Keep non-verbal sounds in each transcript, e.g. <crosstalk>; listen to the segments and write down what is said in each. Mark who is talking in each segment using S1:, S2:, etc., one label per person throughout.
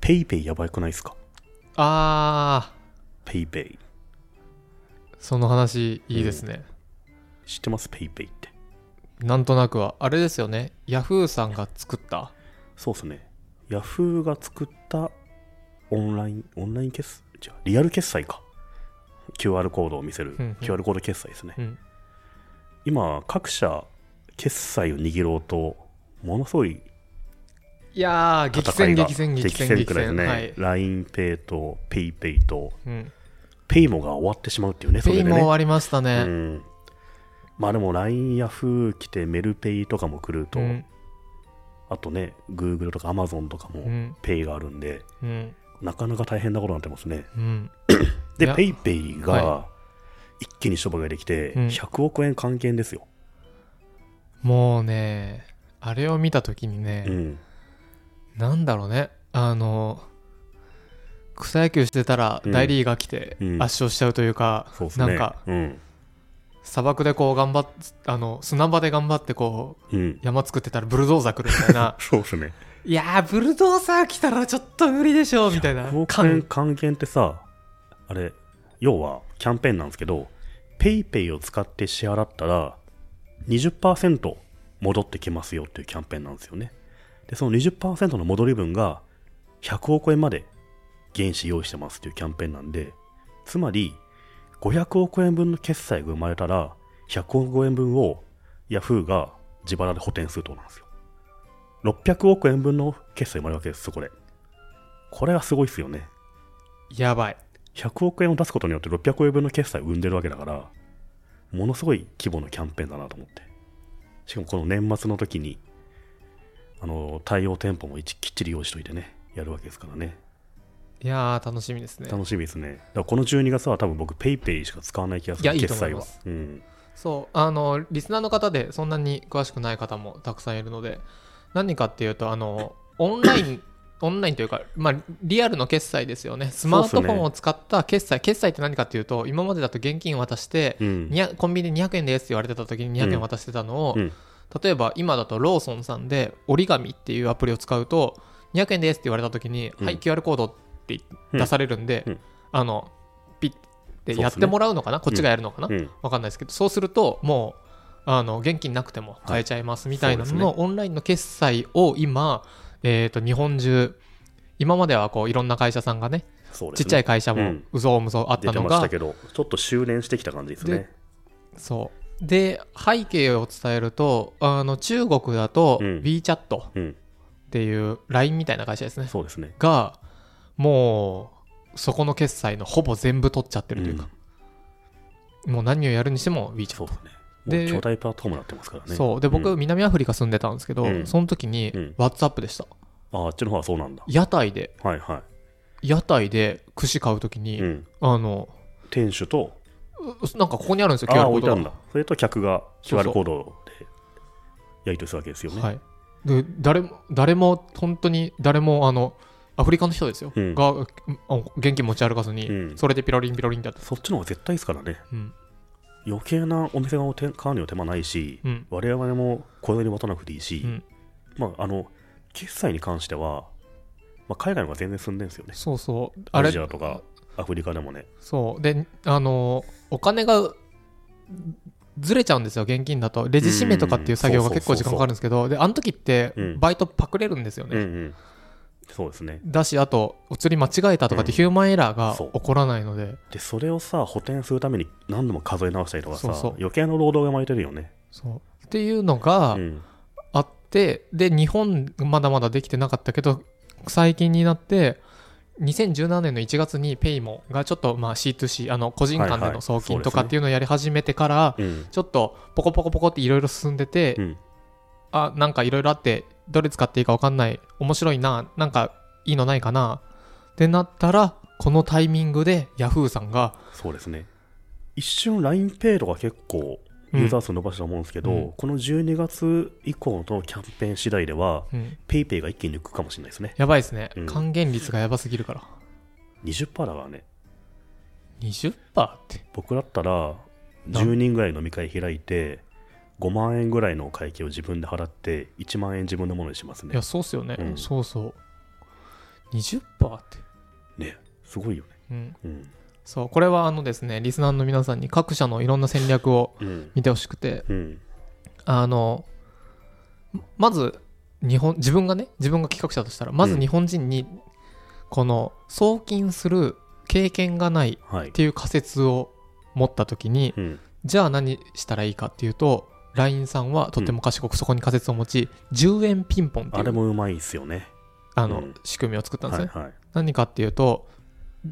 S1: ペイペイやばくないですか
S2: あ
S1: ペイペイ
S2: ーその話いいですね、
S1: 知ってますペイペイって
S2: なんとなくはあれですよねヤフーさんが作った
S1: そうっすねヤフーが作ったオンラインオンライン決済じゃリアル決済か QR コードを見せる
S2: うんうん
S1: QR コード決済ですね
S2: うん
S1: 今各社決済を握ろうとものすごい
S2: いやー激
S1: 戦
S2: 戦
S1: いが
S2: 激戦激戦
S1: 激くらいですね、
S2: はい、
S1: LINEPay と PayPay と
S2: うん、
S1: ペイモが終わってしまうっていうね、そ
S2: ペ
S1: れ
S2: イ
S1: でね。
S2: も終わりました
S1: う
S2: ね、
S1: ん、まあでも LINE やフー来てメルペイとかも来ると、
S2: うん
S1: あとね、Google とか Amazon とか
S2: う
S1: も
S2: ん
S1: ペイがあるんで、
S2: うん
S1: なかなか大変なことになってますね。
S2: うんい
S1: で、
S2: や
S1: ペイペイが
S2: は
S1: 一気に商売ができて、
S2: うん
S1: 100億円関係ですよ。
S2: もうねあれを見た時にね、
S1: うん。
S2: なんだろうねあの草野球してたら
S1: うん
S2: 大リーガー来て
S1: うん
S2: 圧勝しちゃうというか、
S1: そうですね。
S2: なんか
S1: うん。
S2: 砂漠でこう頑張っあの砂場で頑張ってこう
S1: うん。
S2: 山作ってたらブルドーザー来るみたいな
S1: そうですね。
S2: いやーブルドーザー来たらちょっと無理でしょみたいな
S1: 100億円
S2: 感
S1: 還元ってさ、あれ、要はキャンペーンなんですけど、ペイペイを使って支払ったら20、戻ってきますよっていうキャンペーンなんですよね。で、その20%の戻り分が100億円まで原資用意してますっていうキャンペーンなんで、つまり、500億円分の決済が生まれたら、100億円分を Yahoo が自腹で補填するとなんですよ。600億円分の決済生まれるわけです、そこで。これはすごいですよね。
S2: やばい
S1: 100億円を出すことによって600億円分の決済を生んでるわけだから、ものすごい規模のキャンペーンだなと思って。しかもこの年末の時に、あの、対応店舗も一きっちり用意しといてね、やるわけですからね。
S2: いやー楽しみですね
S1: 楽しみですね。だからこの12月は多分僕、ペイペイしか使わない気がする、
S2: いやいいと
S1: 決
S2: 思い
S1: 済
S2: ま
S1: は
S2: す。
S1: うん。
S2: そうあのリスナーの方でそんなに詳しくない方もたくさんいるので何かっていうとあのオンライン <coughs> オンラインというか、まあ、リアルの決済ですよねスマートフォンを使った決済、決済って何かっていうと今までだと現金渡して、
S1: うん。
S2: 200コンビニで200円ですって言われてた時に200円渡してたのを、
S1: うんうん
S2: 例えば今だとローソンさんで折り紙っていうアプリを使うと200円ですって言われた時に、
S1: うん
S2: はい QR コードって出されるんで、
S1: うんうん
S2: あのピッて
S1: そうっすね
S2: やってもらうのかな、こっちがやるのかな、
S1: うん
S2: わかんないですけどそうするともうあの現金なくても買えちゃいますみたいなの
S1: そう
S2: の、オンラインの決済を今、えー、と日本中今まではこういろんな会社さんがね
S1: そうです
S2: ち
S1: ね。
S2: っちゃい
S1: 会
S2: 会社
S1: う
S2: も
S1: ん
S2: うぞうむぞうあっ
S1: 出
S2: た
S1: て
S2: の
S1: まし
S2: が
S1: たけど、ちょっと修練してきた感じですね。
S2: そうで背景を伝えるとあの中国だと
S1: うん
S2: WeChat っ
S1: うん。
S2: ていう LINE みたいな会社ですね、
S1: そうですね。
S2: がもうそこの決済のほぼ全部取っちゃってるというか、もう何をやるにしても WeChat
S1: そうですね。も
S2: で
S1: う巨大プラットフォームになってますからね。
S2: そうで僕、
S1: うん
S2: 南アフリカ住んでたんですけど、
S1: うん
S2: その時に
S1: うん
S2: WhatsApp でした、
S1: ああっちの方はそうなんだ。
S2: 屋台で
S1: はいは
S2: 屋台で串買う時
S1: い。
S2: に、
S1: うん。
S2: あの
S1: 店主と
S2: うなんかここにあるんですよ
S1: あ
S2: QR
S1: あ
S2: コ
S1: 置
S2: ー
S1: いてあ
S2: ド
S1: るんだそれと客が
S2: そうそ
S1: QR
S2: う
S1: コードでやり取りするわけですよね、
S2: はい、で誰も誰も本当に誰もあのアフリカの人ですよ、
S1: うん
S2: がうんあ現金持ち歩かずに、
S1: うん
S2: それでピロリンピロリンってやって、
S1: そっちの方が絶対ですからね
S2: うん
S1: 余計なお店がお手管理の手間ないし、
S2: うん
S1: 我々も小銭渡さなくていいし、
S2: うん
S1: まああの決済に関しては、まあ、海外の方が全然進んでるんですよね
S2: そうそうあ
S1: ア
S2: れ
S1: ジアとかアフリカでもね
S2: そうであのお金がずれちゃうんですよ現金だとレジ締めとかっていう作業が
S1: うん
S2: 結構時間かかるんですけどであの時って
S1: うん
S2: バイトパクれるんですよね、
S1: うんうんそうですね
S2: だしあとお釣り間違えたとかって
S1: うん
S2: ヒューマンエラーが
S1: そう
S2: 起こらないので、
S1: でそれをさ補填するために何度も数え直したりとかさ
S2: そうそう
S1: 余計な労働が巻いてるよね
S2: そうっていうのが、
S1: うん
S2: あってで日本まだまだできてなかったけど最近になって2017年の1月に Paymo がちょっとまあ C2C あの個人間
S1: は
S2: で
S1: いは
S2: の
S1: い
S2: 送金
S1: そうで
S2: と
S1: す
S2: か
S1: ね
S2: っていうのをやり始めてから
S1: うん
S2: ちょっとポコポコポコっていろいろ進んでて
S1: うん
S2: あなんかいろいろあってどれ使っていいか分かんない面白いななんかいいのないかなってなったらこのタイミングで Yahoo さんが
S1: そうですね一瞬 LINEPay とか結構ユーザー数伸ばしたと思うんですけど、
S2: うん
S1: この12月以降のキャンペーン次第では
S2: うん、
S1: PayPay が一気に抜くかもしれないですね
S2: やばいですね、
S1: うん
S2: 還元率がやばすぎるから
S1: 20%だからね
S2: 20%って
S1: 僕だったら
S2: なん
S1: 10人ぐらい飲み会開いて5万円ぐらいの会計を自分で払って1万円自分のものにします
S2: い
S1: ね
S2: やそうっすよね、
S1: うん
S2: そうそう20%って、
S1: ねすごいよね
S2: うん、
S1: うん
S2: そうこれはあのですねリスナーの皆さんに各社のいろんな戦略を
S1: うん
S2: 見てほしくて
S1: うん
S2: あのまず日本自分がね自分が企画者としたらまず日本人にこの送金する経験がない
S1: はい
S2: っていう仮説を持った時に
S1: うん
S2: じゃあ何したらいいかっていうと LINE さんはとても賢くそこに仮説を持ち、10円ピンポンってい
S1: あ
S2: う
S1: れ
S2: あ
S1: もうまいっすよねう
S2: の
S1: ん
S2: 仕組みを作ったんです
S1: は
S2: ね
S1: い、はい
S2: 何かっていうと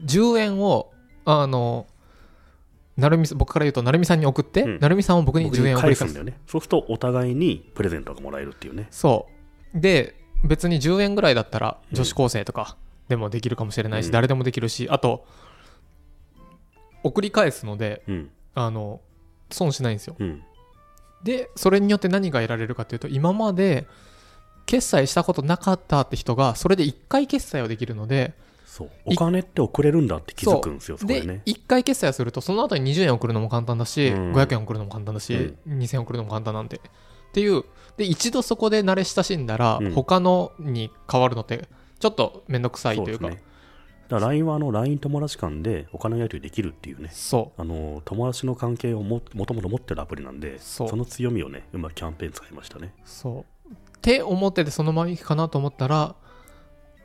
S2: 10円をあのなるみさん僕から言うとなるみさんに送って、
S1: うん
S2: なるみさんは僕に
S1: 僕
S2: 10
S1: に
S2: 円を送り
S1: 返す
S2: 返
S1: ん
S2: す
S1: だよねそうするとお互いにプレゼントがもらえるっていうね
S2: そうで別に10円ぐらいだったら
S1: うん
S2: 女子高生とかでもできるかもしれないし、
S1: うん
S2: 誰でもできるしあと送り返すので
S1: うん
S2: あの損しないんですよ
S1: うん
S2: でそれによって何が得られるかというと今まで決済したことなかったって人がそれで1回決済をできるので
S1: そう
S2: い
S1: お金って送れるんだって気づくんですよそこで
S2: で
S1: ね
S2: 1回決済をするとその後に20円送るのも簡単だし、
S1: うん
S2: 500円送るのも簡単だし、2000円送るのも簡単なんでっていうで一度そこで慣れ親しんだら、
S1: うん
S2: 他のに変わるのってちょっと面倒くさい
S1: そう
S2: というかそう,、
S1: ですねだから LINE はあの LINE 友達間でお金やり取りできるっていうねあの友達の関係をももともと持ってるアプリなんで
S2: そ
S1: そうの強みをねうまくキャンペーン使いましたね
S2: そうって思っててそのままいくかなと思ったら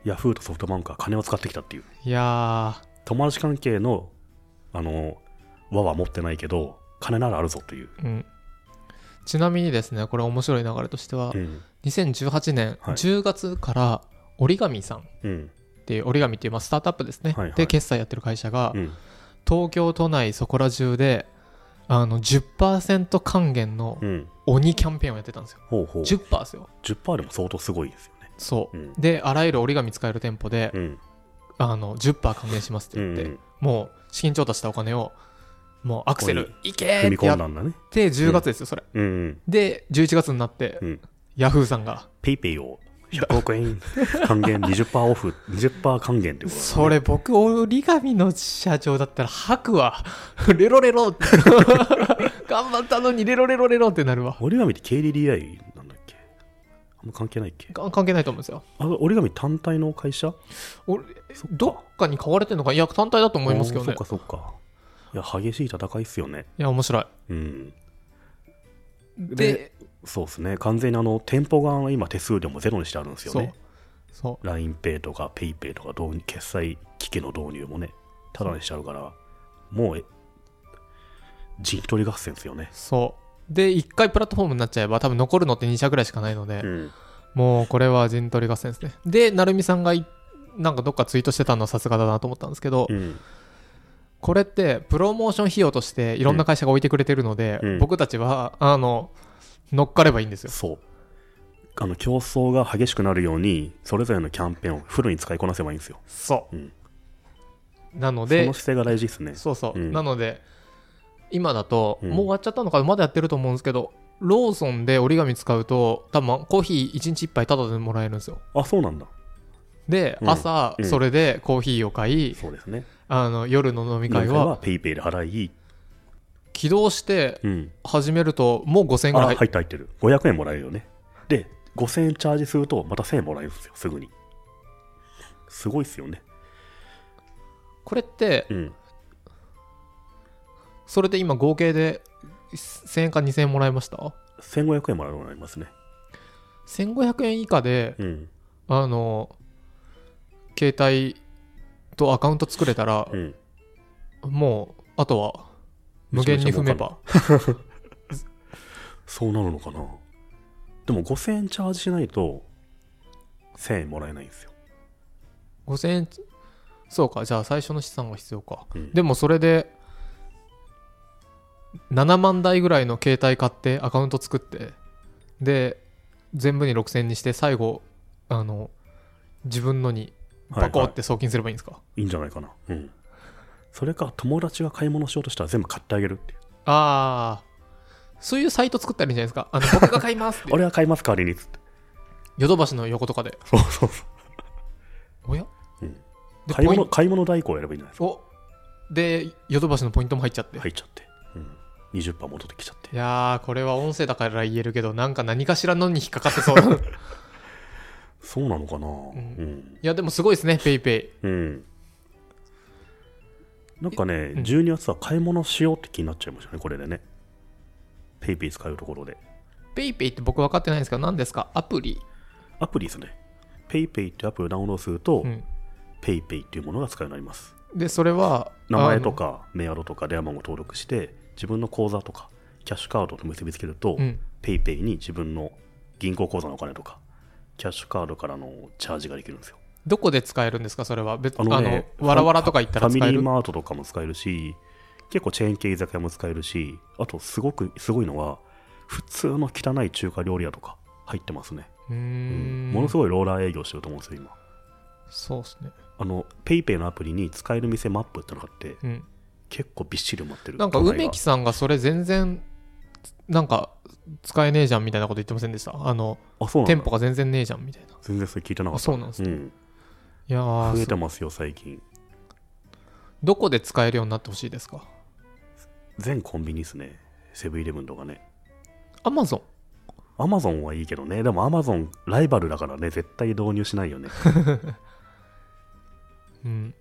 S1: ヤフーとソフトバンクは金を使ってきたっていう
S2: いやー
S1: 友達関係のあの輪は持ってないけど金ならあるぞという、
S2: うん、ちなみにですねこれ面白い流れとしては、
S1: うん
S2: 2018年
S1: はい
S2: 10月から折り紙さんっ
S1: うん
S2: ていう折り紙っていうまあスタートアップですね、
S1: はいはい
S2: で決済やってる会社が、
S1: うん、
S2: 東京都内そこら中であの10%還元の
S1: うん、
S2: 鬼キャンペーンをやってたんですよ
S1: ほうほう
S2: 10%ですよ
S1: 10%でも相当すごいですよね
S2: そう、
S1: うん
S2: であらゆる折り紙使える店舗で、
S1: うん
S2: あの10%還元しますって言って、
S1: うん
S2: もう資金調達したお金をもうアクセ
S1: こ
S2: ル
S1: こ
S2: いけ
S1: 踏
S2: ー
S1: み
S2: ってや
S1: 込ん
S2: っ
S1: だんだね
S2: て10月ですよそれ
S1: うんうん
S2: で11月になって、
S1: うん
S2: ヤフーさんが
S1: ペイペイを100億円還元20%オフ20%還元ってことだね
S2: それ僕折り紙の社長だったら吐くわ <laughs> レロレロ <laughs> 頑張ったのにレロレロレロってなるわ
S1: 折り紙って KDDI なんだっけあんま関係ないっけ
S2: か関係ないと思うんですよ
S1: あ折り紙単体の会社
S2: 俺
S1: そっか
S2: どっかに買われてるのかいや単体だと思いますけど
S1: お
S2: ね
S1: ーそっかそっかいや激しい戦いっすよね
S2: いや面白い
S1: うん
S2: で
S1: でそうですね完全にあの店舗側の今手数料もゼロにしてあるんですよ
S2: そう
S1: ね
S2: そう
S1: LINEPay とか PayPay とか導入決済機器の導入もねただにしちゃうからもうえ陣取り合戦ですよね
S2: そうで1回プラットフォームになっちゃえば多分残るのって2社ぐらいしかないので、
S1: うん
S2: もうこれは陣取り合戦ですねで成美さんがいなんかどっかツイートしてたのはさすがだなと思ったんですけど、
S1: うん
S2: これってプロモーション費用としていろんな会社が置いてくれてるので、
S1: うん
S2: 僕たちはあの乗っかればいいんですよ
S1: そうあの競争が激しくなるようにそれぞれのキャンペーンをフルに使いこなせばいいんですよ
S2: そう、
S1: うん
S2: なの
S1: そ
S2: で
S1: の姿勢が大事ですね
S2: そうそう、
S1: うん
S2: なので今だと、
S1: うん
S2: もう終わっちゃったのかまだやってると思うんですけどローソンで折り紙使うと多分コーヒー1日1杯タダでもらえるんですよ
S1: あそう
S2: <laughs>
S1: なんだ
S2: で、
S1: うん
S2: 朝
S1: うん
S2: それでコーヒーを買い、
S1: そうですね
S2: あの夜の飲み
S1: 今
S2: 会
S1: 回
S2: は
S1: は PayPay で払い
S2: 起動して
S1: うん
S2: 始めるともう5000円ぐ
S1: あ
S2: ら
S1: 入
S2: い
S1: って入ってる500円もらえるよねで5000円チャージするとまた1000円もらえるんですよすぐにすごいっすよね
S2: これって
S1: うん
S2: それで今合計で1000円か2000円もらいました
S1: 1500円もらえるようになりますね
S2: 1500円以下で
S1: うん
S2: あの携帯とアカウント作れたら
S1: うん
S2: もうあとは無限に踏めば
S1: そうなるのかなでも5000円チャージしないと1000円もらえないんですよ、
S2: 5000円そうかじゃあ最初の資産が必要か
S1: うん
S2: でもそれで7万台ぐらいの携帯買ってアカウント作ってで全部に6000にして最後あの自分のにパコ
S1: はい
S2: っ
S1: は
S2: て送金すればいいんですか、
S1: い、いいんじゃないかなうんそれか友達が買い物しようとしたら全部買ってあげるっていう
S2: ああそういうサイト作ったらいいんじゃないですかあの僕が買います
S1: <laughs>
S2: って
S1: 俺が買います代わりにっつって
S2: ヨドバシの横とかで
S1: そうそうそ
S2: おや、
S1: うんう
S2: で
S1: 買い
S2: ポイ
S1: 物
S2: ン
S1: 買い物代行をやればいいんじゃないです
S2: トでヨドバシのポイントも入っちゃって、
S1: か入っちゃって、うん、20%戻ってきちゃって <laughs>
S2: いやーこれは音声だから言えるけどなんか何かしらのに引っかかってそう
S1: そうなのかな、
S2: んいやでもすごいですねペイペイ
S1: うん、うんなんかね、
S2: うん
S1: 12月は買い物しようって気になっちゃいましたねこれでねペイペイ使うところで
S2: ペイペイって僕分かってないんですけど何ですかアプリ、
S1: アプリですねペイペイってアプリをダウンロードすると、
S2: うん、
S1: ペイペイっていうものが使えるようになります
S2: でそれは
S1: 名前とかメアドとか電話番号登録して自分の口座とかキャッシュカードと結びつけると、
S2: あのうん
S1: ペイペイに自分の銀行口座のお金とかキャッシュカードからのチャージができるんですよ
S2: どこで使えるんですかそれは別
S1: あ
S2: あ
S1: の
S2: の,、
S1: ね
S2: わらわらとか行ったら
S1: ファ
S2: 使
S1: ミ
S2: え
S1: リー
S2: る
S1: マートとかも使えるし結構チェーン系居酒屋も使えるしあとすごくすごいのは普通の汚い中華料理屋とか入ってますね、
S2: うー
S1: うん
S2: ん
S1: ものす
S2: ごい
S1: ごいローラー営業してると思うんですよ今
S2: そうですね、
S1: あのペイペイのアプリに使える店マップってのがあって
S2: うん、
S1: 結構びっしり埋まってる
S2: なんか
S1: 都内が
S2: 梅木さんがそれ全然なんか使えねえじゃんみたいなこと言ってませんでしたあの
S1: あそうなんだ
S2: 店舗が全然ねえじゃんみたいな
S1: 全然それ聞いてなか
S2: あ
S1: っ
S2: そうなんで
S1: た
S2: す
S1: う
S2: ね、
S1: ん
S2: いやー
S1: 増えて
S2: そう
S1: ますよ最近
S2: どこで使えるようになってほしいですか
S1: 全コンビニですねセブンイレブンとかね
S2: アマゾン
S1: アマゾンはいいけどねでもアマゾンライバルだからね絶対導入しないよね
S2: うん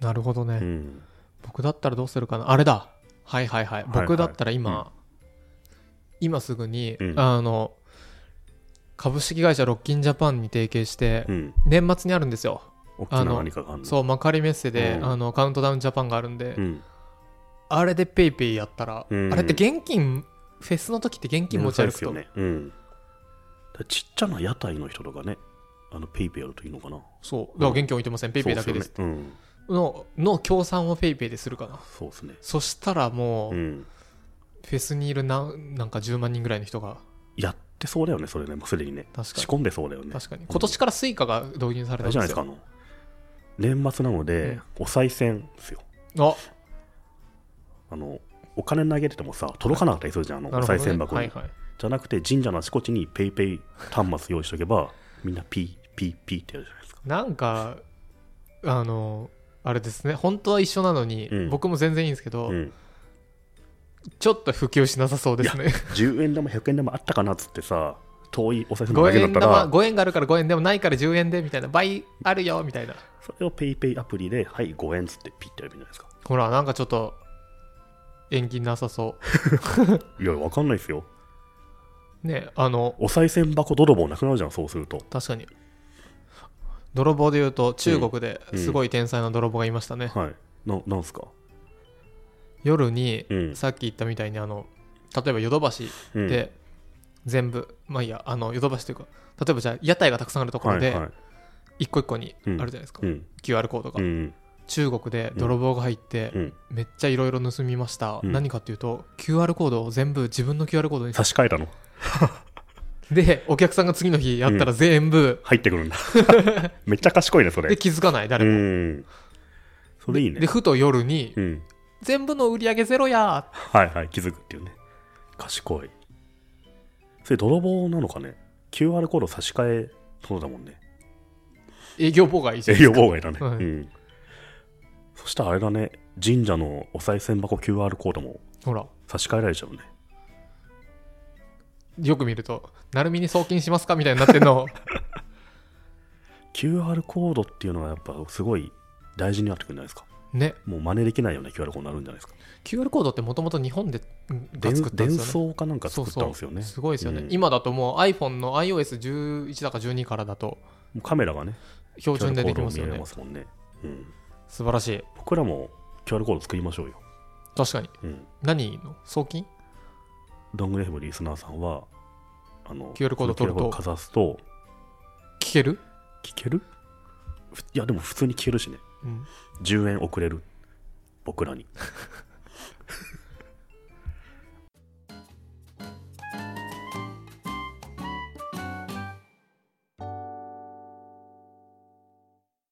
S2: なるほどね、
S1: うん
S2: 僕だったらどうするかなあれだはいはいはい
S1: はい
S2: 僕だったら今、今すぐに、
S1: うん
S2: あの株式会社ロッキンジャパンに提携して、 <laughs>
S1: うん
S2: 年末にあるんですよ
S1: 大きな何かがあるの
S2: そう幕張メッセで、
S1: うん
S2: あのカウントダウンジャパンがあるんで、
S1: うん
S2: あれでペイペイやったら、
S1: うん
S2: あれって現金フェスの時って現金持ち
S1: で
S2: 歩
S1: す
S2: く
S1: よ
S2: と、
S1: ねうんだからちっちゃな屋台の人とかねあのペイペイやるといいのかな
S2: そうだから現金置いてません、ペイペイだけです
S1: そうっすよねうん
S2: のの協賛をペイペイでするかな
S1: そうですね
S2: そしたらもう、
S1: うん
S2: フェスにいるななんか10万人ぐらいの人が
S1: やってそうだよねそれねもうすでにね
S2: 確かに
S1: 仕込んでそうだよね
S2: 確かに今年からスイカが導入
S1: あ
S2: されたん
S1: れ
S2: です
S1: じゃ
S2: よ
S1: ないですかあの年末なので、お賽銭ですよ
S2: あ
S1: あのお金投げててもさ届かなかったりするじゃん、あ
S2: な
S1: の
S2: る
S1: お
S2: ほ
S1: 賽
S2: ど、ね
S1: 銭、箱に、
S2: はいはい
S1: じゃなくて神社のあちこちにペイペイ端末用意しておけばみんなピーピーピーってやるじゃないですか
S2: なんかあのあれですね本当は一緒なのに、
S1: うん
S2: 僕も全然いいんですけど、
S1: うん、
S2: ちょっと普及しなさそうです <laughs> ね
S1: 10円玉100円玉あったかなっつってさ遠いお財布のだ
S2: 5
S1: けだっ
S2: 円
S1: た
S2: 玉
S1: ら
S2: 5円があるから5円でもないから10円でみたいな倍あるよみたいな
S1: それをペイペイアプリではい5円っつってピッてやればいいんじゃないですか
S2: ほらなんかちょっと縁起なさそ
S1: いやわかんないですよ
S2: うねあの
S1: お賽銭箱泥棒なくなるじゃんそうすると
S2: 確かに泥棒で言うと中国ですごい天才な泥棒がいましたね、
S1: はいななんすか
S2: 夜に、
S1: うん
S2: さっき言ったみたいにあの例えばヨドバシ
S1: うん
S2: で、全部まあいいやあのヨドバシというか例えばじゃあ屋台がたくさんあるとこ
S1: は
S2: ろ
S1: い
S2: で
S1: はい
S2: 一個一個にあ
S1: う
S2: る
S1: ん
S2: じゃないですか、
S1: うん、
S2: QR コードが、
S1: うん
S2: 中国で泥棒が入って、
S1: うん、
S2: めっちゃいろいろ盗みました、
S1: うん
S2: 何かっていうと QR コードを全部自分の QR コードに
S1: 差し替えたの
S2: でお客さんが次の日やったら全部、
S1: 入ってくるん
S2: <laughs>
S1: だめっちゃ賢いねそれ
S2: で気づかない誰
S1: う
S2: も、
S1: んそれいいね
S2: でふと夜に、
S1: うん
S2: 全部の売り上げゼロやー
S1: はいはい、気づくっていうね。賢い。それ泥棒なのかね ?QR コード差し替えそうだもんね。
S2: 営業妨害じゃ
S1: 営
S2: ないで
S1: 業
S2: すか
S1: 妨害だね。
S2: はい
S1: うん。そしたらあれだね、神社のお賽銭箱 QR コードも
S2: ほら
S1: 差し替えられちゃうね。
S2: よく見ると成海に送金しますかみたいになって
S1: <laughs>
S2: んの
S1: QR コードっていうのはやっぱすごい大事になってくるんじゃないですか。
S2: ね
S1: もう真似できないような QR コードになるんじゃないですか。
S2: QR コードってもともと日本でうんが
S1: 伝
S2: 作ったんですよね
S1: 伝送かなんか作ったんですよね。
S2: そうそうすごいですよね、
S1: うん
S2: 今だともう iPhone の iOS11 だか12からだと
S1: もうカメラがね、
S2: 標準で
S1: QR コ
S2: で
S1: ー
S2: き
S1: ドを
S2: ま
S1: 見ら
S2: すよ
S1: れ
S2: ね
S1: ますもんね。うん。
S2: 素晴らしい
S1: 僕らも QR コード作りましょうよ。
S2: 確かに
S1: うん。
S2: 何の送金
S1: ドングレフのリスナーさんは、あの、
S2: QR コード取る
S1: QR
S2: と
S1: かざすと、
S2: 聞ける、
S1: 聞けるふいや、でも普通に聞けるしね。
S2: うん
S1: 10円送れる。僕らに。